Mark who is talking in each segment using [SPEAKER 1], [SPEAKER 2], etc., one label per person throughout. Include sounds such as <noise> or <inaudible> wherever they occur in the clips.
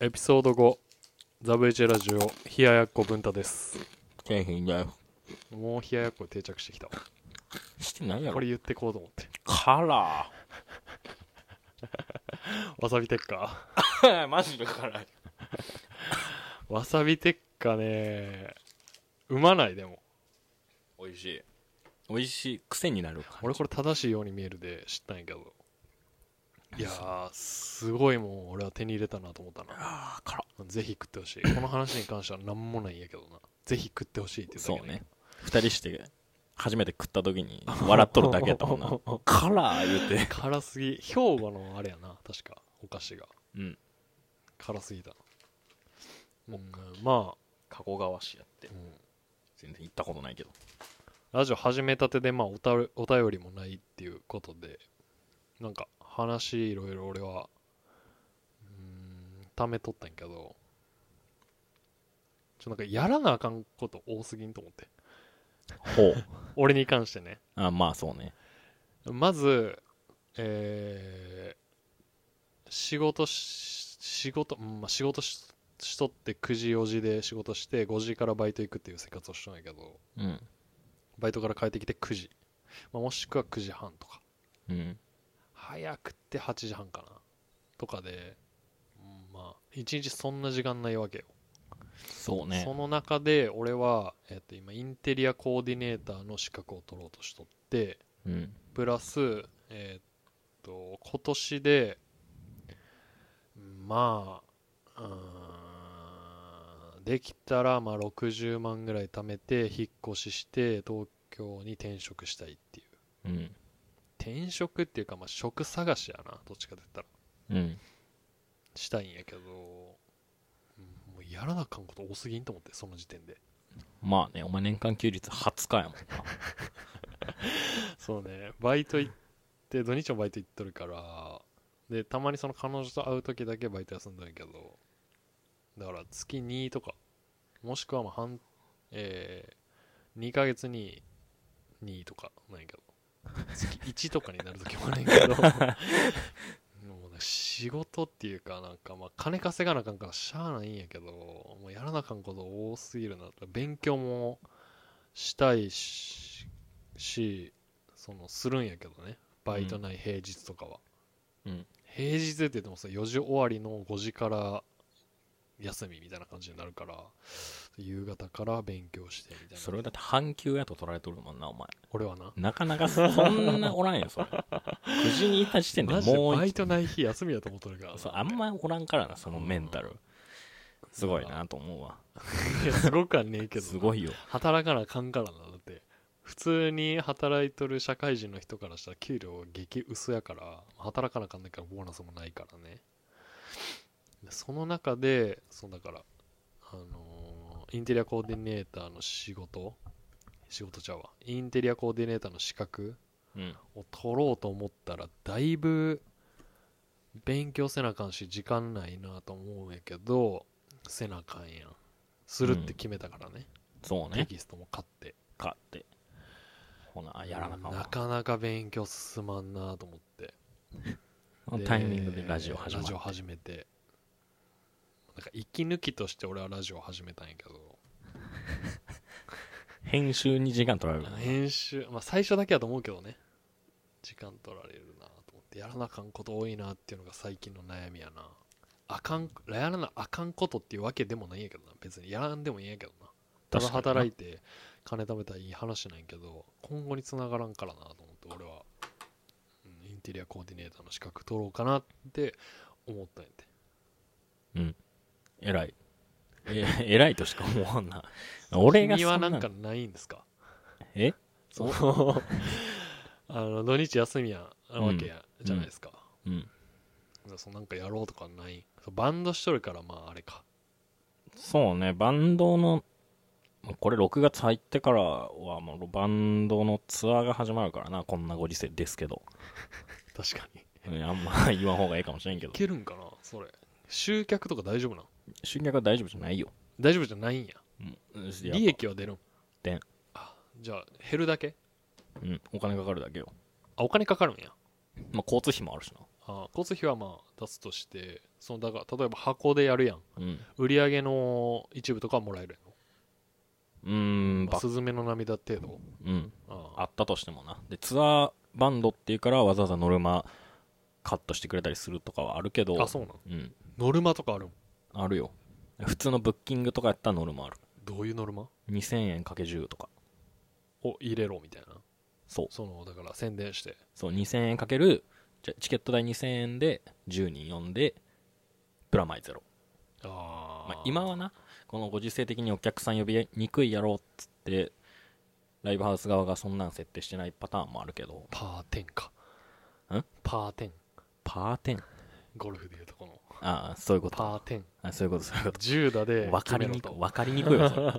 [SPEAKER 1] エピソード5ザブエチェラジオ冷ややっこ文太です
[SPEAKER 2] 景品だよ。
[SPEAKER 1] もう冷ややっこ定着してきたわ
[SPEAKER 2] してないや
[SPEAKER 1] こ
[SPEAKER 2] ろ
[SPEAKER 1] れ。言ってこうと思って
[SPEAKER 2] カラ
[SPEAKER 1] わさびテッカ
[SPEAKER 2] ー。 <laughs> マジで辛い。
[SPEAKER 1] ーわさびテッカね産まないでも
[SPEAKER 2] 美味しい。美味しい。癖になるから。
[SPEAKER 1] 俺これ正しいように見えるで知ったんやけどいやーすごいもん俺は手に入れたなと思ったな
[SPEAKER 2] ああ、辛
[SPEAKER 1] ぜひ食ってほしいこの話に関しては何もないんやけどなぜひ食ってほしいって
[SPEAKER 2] い。
[SPEAKER 1] 言
[SPEAKER 2] そう
[SPEAKER 1] だけ
[SPEAKER 2] ね。二人して、初めて食った時に、笑っとるだけやった <laughs> もんな。カラー言うて。
[SPEAKER 1] 辛すぎ兵庫のあれやな確かお菓子が
[SPEAKER 2] うん。
[SPEAKER 1] 辛すぎたうんま
[SPEAKER 2] 加古川市やって
[SPEAKER 1] あ、う。ん
[SPEAKER 2] 全然行ったことないけど。
[SPEAKER 1] ラジオ始めたてでまあおたお便りもないっていうことでなんか話いろいろ俺はうーんためとったんやけどちょなんかやらなあかんこと多すぎんと思って
[SPEAKER 2] ほう。
[SPEAKER 1] 俺に関してね
[SPEAKER 2] あまあそうね。
[SPEAKER 1] まずえー仕事し仕事、うんまあ、仕事ししとって9時4時で仕事して5時からバイト行くっていう生活をしとんやけど
[SPEAKER 2] うん。
[SPEAKER 1] バイトから帰ってきて9時、まあ、もしくは9時半とか
[SPEAKER 2] うん。
[SPEAKER 1] 早くって8時半かなとかでうんまあ一日そんな時間ないわけよ、
[SPEAKER 2] そうね
[SPEAKER 1] そ。の中で俺は、えっと今インテリアコーディネーターの資格を取ろうとしとって
[SPEAKER 2] うん。
[SPEAKER 1] プラスえっと今年でまあうーんできたらまあ60万ぐらい貯めて引っ越しして東京に転職したいっていう
[SPEAKER 2] うん。
[SPEAKER 1] 転職っていうかまあ職探しやなどっちかといったら
[SPEAKER 2] うん。
[SPEAKER 1] したいんやけどうんもうやらなあかんこと多すぎんと思ってその時点で
[SPEAKER 2] まあね、お前年間給率20日やもんな。
[SPEAKER 1] そうねバイト行って土日もバイト行っとるからでたまにその彼女と会う時だけバイト休んだんやけどだから月2とかもしくはまあ半えー、2ヶ月に2とかなんやけど月1とかになる時もあるんやけどもうね仕事っていうかなんかまあ金稼がなあかんからしゃあないんやけどもうやらなあかんこと多すぎるな勉強もしたいししそのするんやけどねバイトない平日とかは、
[SPEAKER 2] うん。
[SPEAKER 1] 平日って言ってもさ4時終わりの5時から休みみたいな感じになるから夕方から勉強してみたいな
[SPEAKER 2] それだって半休やと取られとるもんな、お前。
[SPEAKER 1] 俺はな
[SPEAKER 2] なかなかそんなおらんよ、それ。9時に行った時点で
[SPEAKER 1] マジで
[SPEAKER 2] もう
[SPEAKER 1] バ
[SPEAKER 2] 一
[SPEAKER 1] イトない日休みだと思っとるからな
[SPEAKER 2] そうあんまおらんからな、そのメンタル。すごいなと思うわ。
[SPEAKER 1] いやすごくはねえけどな
[SPEAKER 2] すごいよ。
[SPEAKER 1] 働かなあかんからなだって普通に働いとる社会人の人からしたら給料激薄やから働かなあかんねんからボーナスもないからねでその中でそうだからあのーインテリアコーディネーターの仕事仕事ちゃうわインテリアコーディネーターの資格
[SPEAKER 2] うん。
[SPEAKER 1] を取ろうと思ったらだいぶ勉強せなあかんし時間ないなと思うんやけどせなあかんやんするって決めたからね、
[SPEAKER 2] そう
[SPEAKER 1] テ
[SPEAKER 2] ね。
[SPEAKER 1] キストも買って
[SPEAKER 2] かって。ほな、やらなかん
[SPEAKER 1] な
[SPEAKER 2] わ。
[SPEAKER 1] かなか勉強進まんなと思って
[SPEAKER 2] この
[SPEAKER 1] で
[SPEAKER 2] タイミングでラジオ始ま
[SPEAKER 1] ラジ
[SPEAKER 2] る
[SPEAKER 1] オ。始めてなんか息抜きとして俺はラジオ始めたんやけど
[SPEAKER 2] 編集に時間取られる。
[SPEAKER 1] 編集まあ最初だけだと思うけどね時間取られるなと思ってやらなあかんこと多いなっていうのが最近の悩みやなあかんやらなあかんことっていうわけでもないんやけどな別にやらんでもいいんやけどなただ
[SPEAKER 2] 確かにな
[SPEAKER 1] 働いて金貯めたらいい話なんやけど今後につながらんからなと思って俺は、うんインテリアコーディネーターの資格取ろうかなって思ったんやて
[SPEAKER 2] 偉い。え、偉いとしか思わんな。俺が
[SPEAKER 1] 君は
[SPEAKER 2] そんな
[SPEAKER 1] なん
[SPEAKER 2] ん
[SPEAKER 1] かないんですか
[SPEAKER 2] え
[SPEAKER 1] そのあの土日休みやなわけや、
[SPEAKER 2] うん
[SPEAKER 1] じゃないですか、
[SPEAKER 2] <laughs> うん。
[SPEAKER 1] そうなんかやろうとかないそうバンドしとるからまああれか
[SPEAKER 2] そうね、バンドの、これ6月入ってからはもうバンドのツアーが始まるからな、こんなご時世ですけど。
[SPEAKER 1] 確かに
[SPEAKER 2] うんあん <laughs> ま言わん方がいいかもしれんけ
[SPEAKER 1] い。
[SPEAKER 2] ど
[SPEAKER 1] けるんかなそれ集客とか大丈夫なん
[SPEAKER 2] 集客は大丈夫じゃないよ。
[SPEAKER 1] 大丈夫じゃないんや
[SPEAKER 2] うん
[SPEAKER 1] 利益は出るん
[SPEAKER 2] 出ん
[SPEAKER 1] あじゃあ減るだけ
[SPEAKER 2] うん、お金かかるだけよ。
[SPEAKER 1] あお金かかるんや
[SPEAKER 2] まあ、交通費もあるしな。
[SPEAKER 1] あ交通費はまあ出すとしてそのだから例えば箱でやるやん
[SPEAKER 2] うん
[SPEAKER 1] 売り上げの一部とかはもらえる
[SPEAKER 2] うーん
[SPEAKER 1] の
[SPEAKER 2] ば
[SPEAKER 1] スズメの涙程度
[SPEAKER 2] うん
[SPEAKER 1] あ
[SPEAKER 2] あったとしてもなでツアーバンドっていうからわざわざノルマカットしてくれたりするとかはあるけど
[SPEAKER 1] ああそうなの
[SPEAKER 2] うん
[SPEAKER 1] ノルマとかあるもん
[SPEAKER 2] あるよ普通のブッキングとかやったらノルマある
[SPEAKER 1] どういうノルマ
[SPEAKER 2] 2000円かけ10とか
[SPEAKER 1] を入れろみたいな
[SPEAKER 2] そう
[SPEAKER 1] そのだから宣伝して
[SPEAKER 2] そう2000円かけるじゃチケット代2000円で10人呼んでプラマイゼロ、
[SPEAKER 1] あ
[SPEAKER 2] まあ、今はなこのご時世的にお客さん呼びにくいやろうっつってライブハウス側がそんなん設定してないパターンもあるけど
[SPEAKER 1] パーテンか
[SPEAKER 2] ん
[SPEAKER 1] パーテン
[SPEAKER 2] パーテン
[SPEAKER 1] ゴルフでいうとこの
[SPEAKER 2] ああそういうこと
[SPEAKER 1] パーテン
[SPEAKER 2] あそういうことそういうこと
[SPEAKER 1] 10打で
[SPEAKER 2] 分か
[SPEAKER 1] 決め
[SPEAKER 2] りに
[SPEAKER 1] ろ
[SPEAKER 2] くい
[SPEAKER 1] と
[SPEAKER 2] 分かりにくいよ
[SPEAKER 1] <laughs>
[SPEAKER 2] それ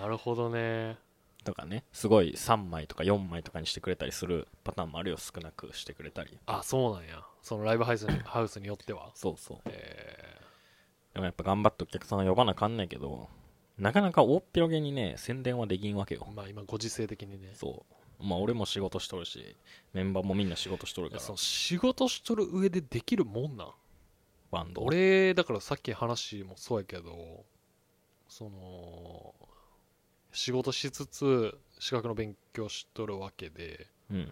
[SPEAKER 1] なるほどね
[SPEAKER 2] とかねすごい3枚とか4枚とかにしてくれたりするパターンもあるよ少なくしてくれたり
[SPEAKER 1] あそうなんやそのライブハウスにハウスによっては
[SPEAKER 2] そうそう
[SPEAKER 1] え
[SPEAKER 2] でもやっぱ頑張ってお客さんは呼ばなあかんねんけどなかなか大っぴろげにね宣伝はできんわけよ
[SPEAKER 1] ーまあ今ご時世的にね
[SPEAKER 2] そう。まあ俺も仕事しとるし、メンバーもみんな仕事しとる
[SPEAKER 1] い
[SPEAKER 2] か
[SPEAKER 1] や
[SPEAKER 2] ら、
[SPEAKER 1] その仕事しとる上でできるもんなん
[SPEAKER 2] バンド。
[SPEAKER 1] 俺だからさっき話もそうやけどその仕事しつつ資格の勉強しとるわけで
[SPEAKER 2] うん。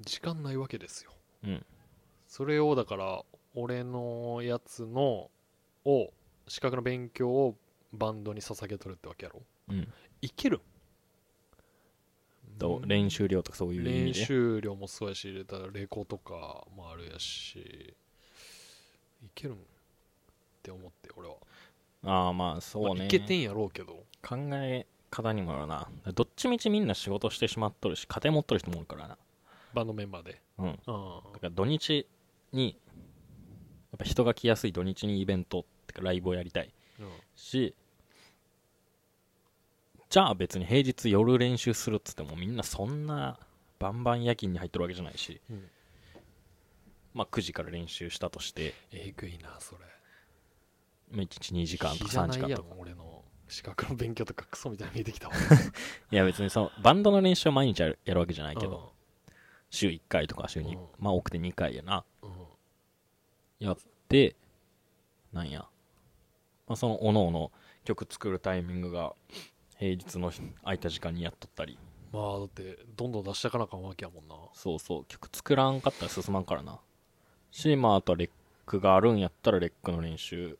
[SPEAKER 1] 時間ないわけですよ
[SPEAKER 2] うん。
[SPEAKER 1] それをだから俺のやつのを資格の勉強をバンドに捧げとるってわけやろ
[SPEAKER 2] うん。
[SPEAKER 1] いける
[SPEAKER 2] と
[SPEAKER 1] うん
[SPEAKER 2] 練習量とかそういう意
[SPEAKER 1] 練
[SPEAKER 2] 味で。
[SPEAKER 1] 習量もそうやしだからレコとかもあるやしいけるんって思って俺は
[SPEAKER 2] ああまあそう
[SPEAKER 1] まあ
[SPEAKER 2] ね。
[SPEAKER 1] いけてんやろうけど
[SPEAKER 2] 考え方にもよるな。どっちみちみんな仕事してしまっとるし、家庭持っとる人もおるからな。
[SPEAKER 1] バンドメンバーで
[SPEAKER 2] うん。
[SPEAKER 1] う
[SPEAKER 2] だ
[SPEAKER 1] ん
[SPEAKER 2] から土日に、やっぱ人が来やすい土日にイベントってかライブをやりたい
[SPEAKER 1] うん
[SPEAKER 2] し、じゃあ別に平日夜練習するっつってもみんなそんなバンバン夜勤に入ってるわけじゃないし、
[SPEAKER 1] うん
[SPEAKER 2] まあ、9時から練習したとして、
[SPEAKER 1] えぐいなそれ
[SPEAKER 2] まあ、1日2時間と
[SPEAKER 1] 比
[SPEAKER 2] か
[SPEAKER 1] じゃ
[SPEAKER 2] 3
[SPEAKER 1] な
[SPEAKER 2] 時
[SPEAKER 1] い
[SPEAKER 2] 間
[SPEAKER 1] や
[SPEAKER 2] と
[SPEAKER 1] ん
[SPEAKER 2] か
[SPEAKER 1] 俺の資格の勉強とかクソみたいに見えてきたわ
[SPEAKER 2] いや別にそのバンドの練習は毎日やるやるわけじゃないけど、週1回とか週2、
[SPEAKER 1] うん
[SPEAKER 2] まあ多くて2回やな
[SPEAKER 1] うんうん
[SPEAKER 2] やってなんや、まあ、そのおのおの曲作るタイミングが平日の空いた時間にやっとったり
[SPEAKER 1] まあだってどんどん出してかなあかんわけやもんな
[SPEAKER 2] そうそう曲作らんかったら進まんからなしまああとはレックがあるんやったらレックの練習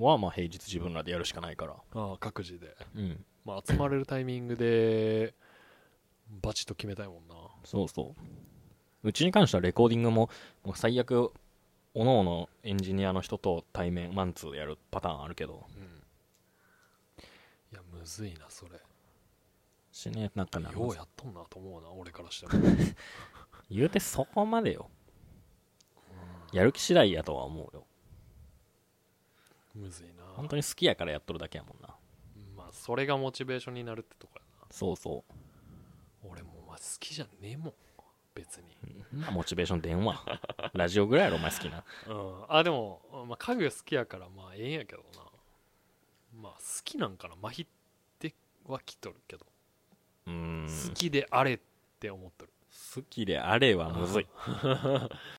[SPEAKER 2] はまあ平日自分らでやるしかないから
[SPEAKER 1] ああ各自で、
[SPEAKER 2] うん
[SPEAKER 1] まあ、集まれるタイミングでバチッと決めたいもんな
[SPEAKER 2] そうそううちに関してはレコーディングももう最悪おのおのエンジニアの人と対面マンツーでやるパターンあるけど
[SPEAKER 1] うんいやむずいなそれ
[SPEAKER 2] しねなんかな
[SPEAKER 1] ようやっとんなと思うな俺からして
[SPEAKER 2] <laughs>
[SPEAKER 1] も
[SPEAKER 2] 言うてそこまでよやる気次第やとは思うよ
[SPEAKER 1] むずいな
[SPEAKER 2] 本当に好きやからやっとるだけやもんな
[SPEAKER 1] まあそれがモチベーションになるってとこや
[SPEAKER 2] そうそ
[SPEAKER 1] な俺もうお前好きじゃねえもん別に、
[SPEAKER 2] うまあモチベーション電話ラジオぐらいやろお前好きな
[SPEAKER 1] うん、あでも、まあ、家具が好きやからまあええんやけどなまあ好きなんかなまひってはきとるけど、
[SPEAKER 2] うーん
[SPEAKER 1] 好きであれって思っとる
[SPEAKER 2] 好きであれはむずい